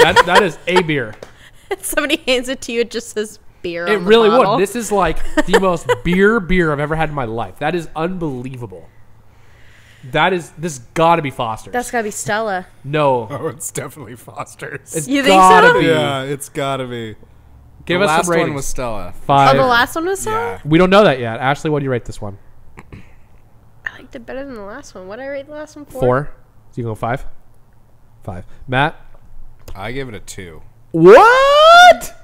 S1: That that is a beer.
S2: If somebody hands it to you, it just says beer.
S1: It
S2: on the
S1: really
S2: bottle.
S1: would. This is like the most beer beer I've ever had in my life. That is unbelievable. That is this got to be Foster's.
S2: That's gotta be Stella.
S1: no,
S5: Oh, it's definitely Foster's.
S1: it's
S2: You think
S1: gotta
S2: so?
S1: be.
S5: yeah, it's gotta be.
S1: Give
S3: the
S1: us
S3: last
S1: some ratings.
S3: one was Stella.
S1: five.
S2: Oh, the last one was Stella.
S5: Yeah.
S1: we don't know that yet. Ashley, what do you rate this one?
S2: I liked it better than the last one. What did I rate the last one for?
S1: Four. So you can go five. Five. Matt.
S3: I gave it a two.
S1: What?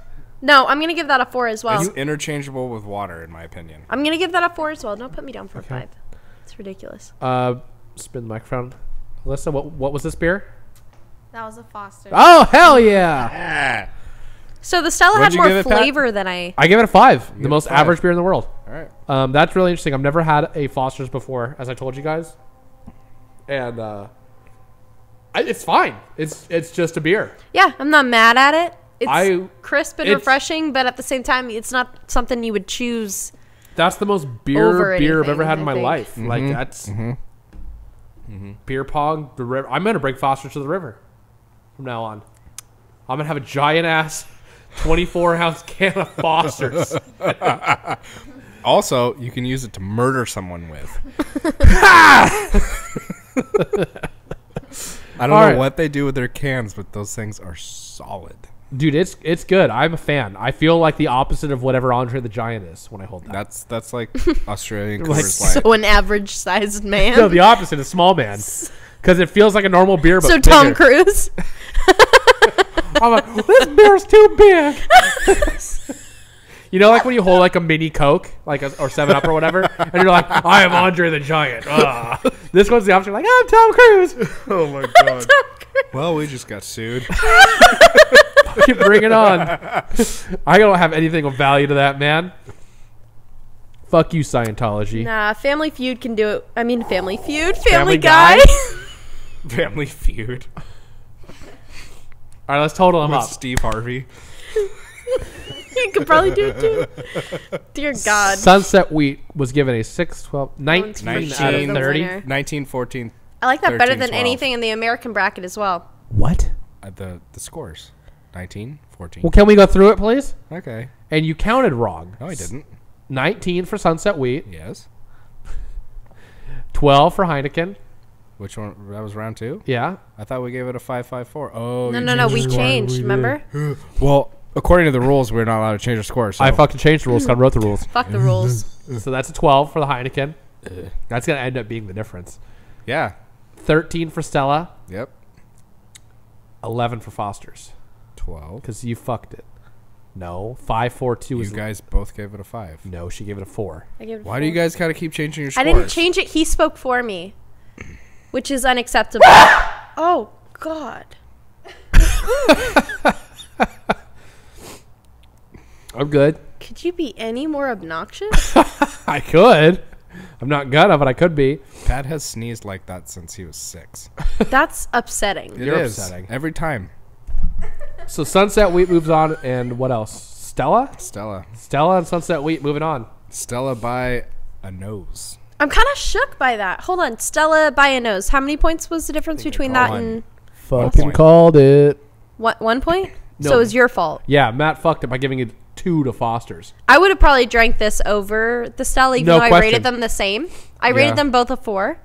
S2: No, I'm gonna give that a four as well.
S3: It's interchangeable with water, in my opinion.
S2: I'm gonna give that a four as well. Don't put me down for a five. It's ridiculous.
S1: Uh, spin the microphone. Alyssa, what what was this beer?
S4: That was a Foster.
S1: Oh hell yeah!
S3: Ah.
S2: So the Stella
S3: What'd
S2: had
S3: you
S2: more
S3: give it, Pat?
S2: flavor than I.
S1: I give it a five. the
S3: a
S1: most
S3: five.
S1: average beer in the world.
S3: All right.
S1: Um, that's really interesting. I've never had a Foster's before, as I told you guys, and uh, I, it's fine. It's it's just a beer.
S2: Yeah, I'm not mad at it. It's
S1: I-
S2: crisp and
S1: it's-
S2: refreshing, but at the same time, it's not something you would choose.
S1: That's the most beer
S2: Over
S1: beer I've
S2: anything,
S1: ever had in my
S2: I think.
S1: life. Like that's Mm-hmm. beer pong. The river. I'm gonna bring Foster's to the river from now on. I'm gonna have a giant ass. 24 ounce can of Foster's.
S3: Also, you can use it to murder someone with. I don't
S1: All
S3: know
S1: right.
S3: what they do with their cans, but those things are solid.
S1: Dude, it's it's good. I'm a fan. I feel like the opposite of whatever Andre the Giant is when I hold that.
S3: That's that's like Australian
S1: Like
S3: Coors Light.
S2: So an average sized man.
S1: No, the opposite is small man. Because it feels like a normal beer, but
S2: so Tom
S1: bigger.
S2: Cruise.
S1: I'm like, this beer's too big. you know, like when you hold like a mini Coke, like a, or Seven Up or whatever, and you're like, I am Andre the Giant. Ah. This one's the opposite. Like I'm Tom Cruise.
S5: Oh my god.
S3: well, we just got sued.
S1: Bring it on. I don't have anything of value to that man. Fuck you, Scientology.
S2: nah, Family Feud can do it. I mean, Family Feud,
S1: Family
S2: Family,
S1: Guy?
S2: Guy.
S5: Family Feud.
S1: All right, let's total him
S3: With
S1: up.
S3: Steve Harvey.
S2: you could probably do it too. Dear God.
S1: Sunset Wheat was given a 6, 12, 19, out of
S3: 19.
S1: 30.
S2: Winner.
S3: 1914
S2: I like that better
S3: 13,
S2: than
S3: 12.
S2: anything in the American bracket as well.
S1: What?
S3: uh, the the scores. 19, 14.
S1: Well, can we go through it, please?
S3: Okay.
S1: And you counted wrong.
S3: No, I didn't.
S1: 19 for Sunset Wheat,
S3: Yes.
S1: 12 for Heineken.
S3: Which one? That was round two.
S1: Yeah.
S3: I thought we gave it a five five four. Oh,
S2: No,
S3: you
S2: no, no. We changed. remember?
S3: changed- Well, according to the rules, we're not allowed to change our score. So
S1: I fucking changed the rules 'cause I wrote the rules.
S2: Fuck the rules.
S1: So that's a 12 for the Heineken. That's going to end up being the difference.
S3: Yeah.
S1: 13 for Stella,
S3: Yep.
S1: 11 for Foster's.
S3: Twelve.
S1: Because you fucked it. No. 5 4 2
S3: You
S1: is.
S3: guys both gave it a five.
S1: no, she gave it a 4.
S2: I gave it a
S3: Why do you
S2: four.
S3: guys gotta keep changing your
S2: I
S3: scores?
S2: didn't change it. He spoke for me, which is unacceptable. oh God.
S1: I'm good.
S2: Could you be any more obnoxious?
S1: I could. I'm not gonna, but I could be.
S3: Pat has sneezed like that since he was six.
S2: That's upsetting.
S3: It
S1: You're
S3: is.
S1: upsetting.
S3: Every time.
S1: So Sunset Wheat moves on, and what else? Stella?
S3: Stella.
S1: Stella and Sunset Wheat moving on.
S3: Stella by a nose.
S2: I'm kind of shook by that. Hold on, Stella by a nose. How many points was the difference between that
S3: called
S2: and
S1: Fucking
S3: point.
S1: called it.
S2: one, one point?
S1: No.
S2: So it was your fault.
S1: Yeah, Matt fucked it by giving it two to Foster's.
S2: I would have probably drank this over the Stella, even
S1: No
S2: though I
S1: question.
S2: rated them the same. I rated
S3: Yeah.
S2: them both a four.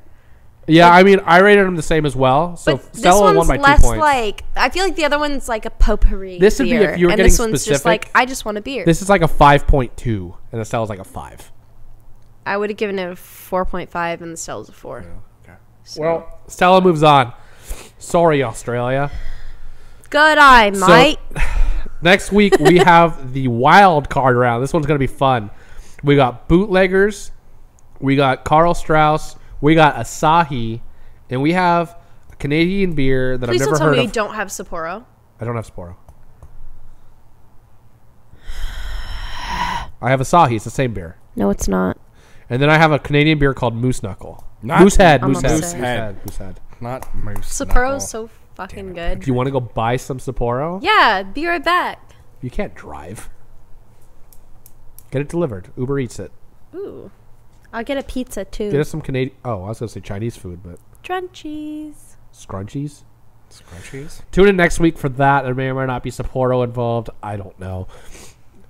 S1: Yeah, I mean, I rated them the same as well. So
S2: But
S1: Stella won
S2: this one's
S1: by two
S2: less
S1: points.
S2: like I feel like the other one's like a potpourri.
S1: This would be
S2: beer,
S1: if you were
S2: and
S1: getting
S2: this one's just like
S1: specific.
S2: I just want a beer.
S1: this is like a five point two, and the Stella's like a five.
S2: I would have given it a four point five, and the Stella's a four.
S1: Well, Stella moves on. Sorry, Australia.
S2: Good eye, Mike.
S1: Next week we have the wild card round. This one's gonna be fun. We got bootleggers, we got Carl Strauss, we got Asahi, and we have a Canadian beer that
S2: Please
S1: I've
S2: don't
S1: never
S2: tell
S1: heard
S2: me you
S1: of.
S2: don't have Sapporo.
S1: I don't have Sapporo. I have Asahi. It's the same beer.
S2: No, it's not.
S1: And then I have a Canadian beer called Moose Knuckle.
S3: Not-
S1: moose head,
S2: I'm
S1: moose head, moose
S2: upset.
S1: head, moose head.
S3: Not moose.
S2: Sapporo's
S3: knuckle.
S2: so fucking
S1: Do
S2: good.
S1: you want to go buy some Sapporo?
S2: Yeah, be right back.
S1: You can't drive. Get it delivered. Uber eats it.
S2: Ooh, I'll get a pizza
S1: Get
S2: too.
S1: us some Canadian. Oh, I was gonna say Chinese food, but
S2: Drunchies.
S1: scrunchies.
S3: Scrunchies.
S1: Tune in next week for that. There may or may not be Sapporo involved. I don't know.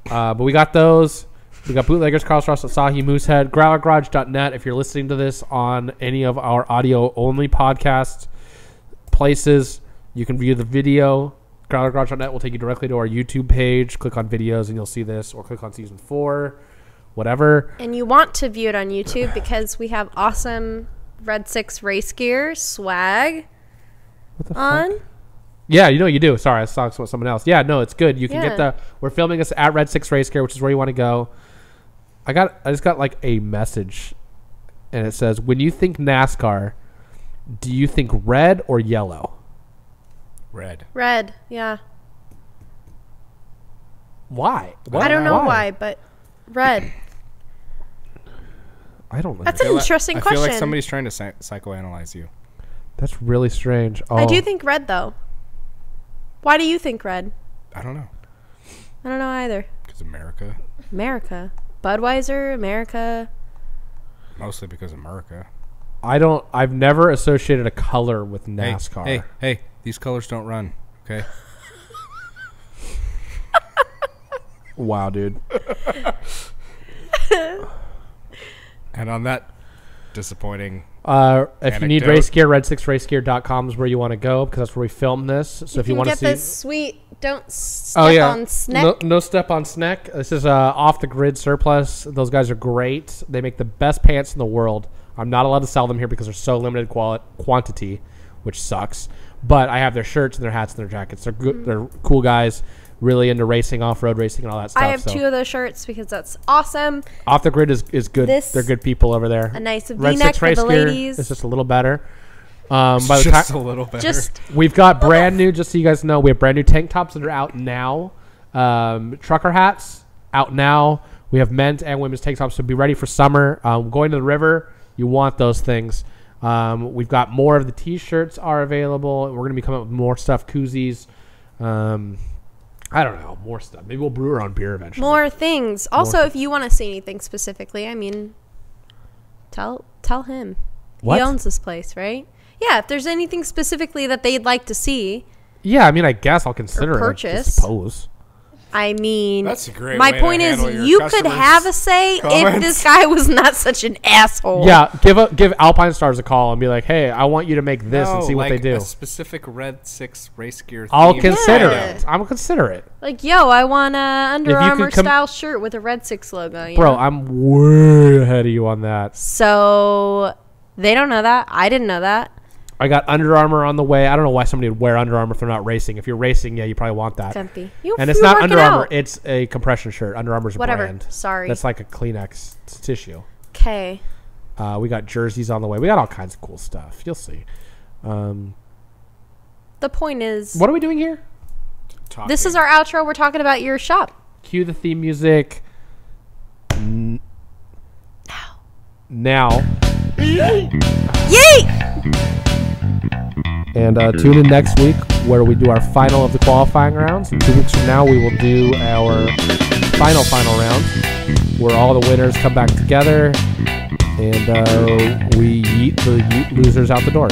S1: Uh, but we got those. We got bootleggers, crossroads, Asahi, Moosehead, growlergarage.net. If you're listening to this on any of our audio only podcast places, you can view the video. Growlergarage.net will take you directly to our YouTube page. Click on videos and you'll see this, or click on season four, whatever.
S2: And you want to view it on YouTube because we have awesome Red Six race gear swag
S1: What the
S2: on.
S1: Yeah, you know you do. Sorry, I was talking about someone else. Yeah, no, it's good. You can get
S2: Yeah.
S1: the. We're filming this at Red Six Race Care, which is where you want to go. I got. I just got like a message, and it says, "When you think NASCAR, do you think red or yellow?
S5: Red.
S2: Red, yeah.
S1: Why?
S2: I don't know why, but red.
S1: I don't.
S2: That's
S1: know.
S2: an interesting
S3: I feel
S2: question.
S3: like somebody's trying to psy- psychoanalyze you.
S1: That's really strange. Oh,
S2: I do think red though. Why do you think red?
S3: I don't know.
S2: I don't know either.
S3: Because America.
S2: America, Budweiser, America.
S3: Mostly because America.
S1: I don't. I've never associated a color with
S3: Hey,
S1: NASCAR.
S3: Hey, hey, these colors don't run. Okay.
S1: Wow, dude.
S3: And on that disappointing.
S1: Uh, if you need
S3: Anecdote.
S1: race gear, red6racegear.com is where you want to go because that's where we filmed this. So if you
S2: can
S1: want to
S2: get
S1: see,
S2: this sweet. Don't step
S1: oh yeah,
S2: on snack.
S1: No, no step on snack. This is uh, off the grid surplus. Those guys are great. They make the best pants in the world. I'm not allowed to sell them here because they're so limited quali- quantity, which sucks. But I have their shirts and their hats and their jackets. They're
S2: Mm-hmm.
S1: good. They're cool guys. Really into racing, off road racing, and all that stuff.
S2: I have
S1: so
S2: two of those shirts because that's awesome.
S1: off the grid is, is good.
S2: This-
S1: they're good people over there.
S2: A nice
S1: Red
S2: V-neck
S1: Six
S2: for
S1: Race
S2: the
S1: Gear
S2: ladies.
S1: is just a little better. Um, by the time
S3: just a little better.
S2: Just
S1: We've got brand new, just so you guys know, we have brand new tank tops that are out now. Um, trucker hats out now. We have men's and women's tank tops, so be ready for summer. Um, going to the river, you want those things. Um, we've got more of the t-shirts are available. We're going to be coming up with more stuff, koozies. Um, I don't know, more stuff. Maybe we'll brew our own beer eventually.
S2: more things. Also, if you want to see anything specifically, I mean, tell tell him.
S1: What?
S2: He owns this place, right? Yeah. If there's anything specifically that they'd like to see,
S1: Yeah, I mean, I guess I'll consider it. I
S2: purchase.
S1: suppose.
S2: I mean,
S5: That's a great
S2: My
S5: way to
S2: point is,
S5: handle your
S2: you could
S5: customers'
S2: have a say if
S5: comments.
S2: this guy was not such an asshole.
S1: Yeah, give a, give Alpine Stars a call and be like, hey, I want you to make this and
S3: No,
S1: see what
S3: Oh, like
S1: they do.
S3: A specific Red Six race gear.
S1: I'll
S3: themed
S1: consider
S3: item.
S1: it. I'm consider it.
S2: Like, yo, I want a Under
S1: you could
S2: Armour
S1: come-
S2: style shirt with a Red Six logo. You
S1: Bro,
S2: know?
S1: I'm way ahead of you on that.
S2: So they don't know that. I didn't know that.
S1: I got Under Armour on the way. I don't know why somebody would wear Under Armour if they're not racing. If you're racing, yeah, you probably want that.
S2: Dumpy. You,
S1: And it's
S2: you
S1: not
S2: work it
S1: Under Armour,
S2: out.
S1: it's a compression shirt. Under Armour's a
S2: Whatever.
S1: brand.
S2: Sorry.
S1: That's like a Kleenex it's tissue.
S2: Okay.
S1: Uh, we got jerseys on the way. We got all kinds of cool stuff. You'll see. Um,
S2: The point is,
S1: what are we doing here?
S2: this is our outro. We're talking about your shop.
S1: Cue the theme music. N- now.
S2: Yeet!
S1: And uh, tune in next week where we do our final of the qualifying rounds. And two weeks from now, we will do our final, final round where all the winners come back together and uh, we yeet the yeet losers out the door.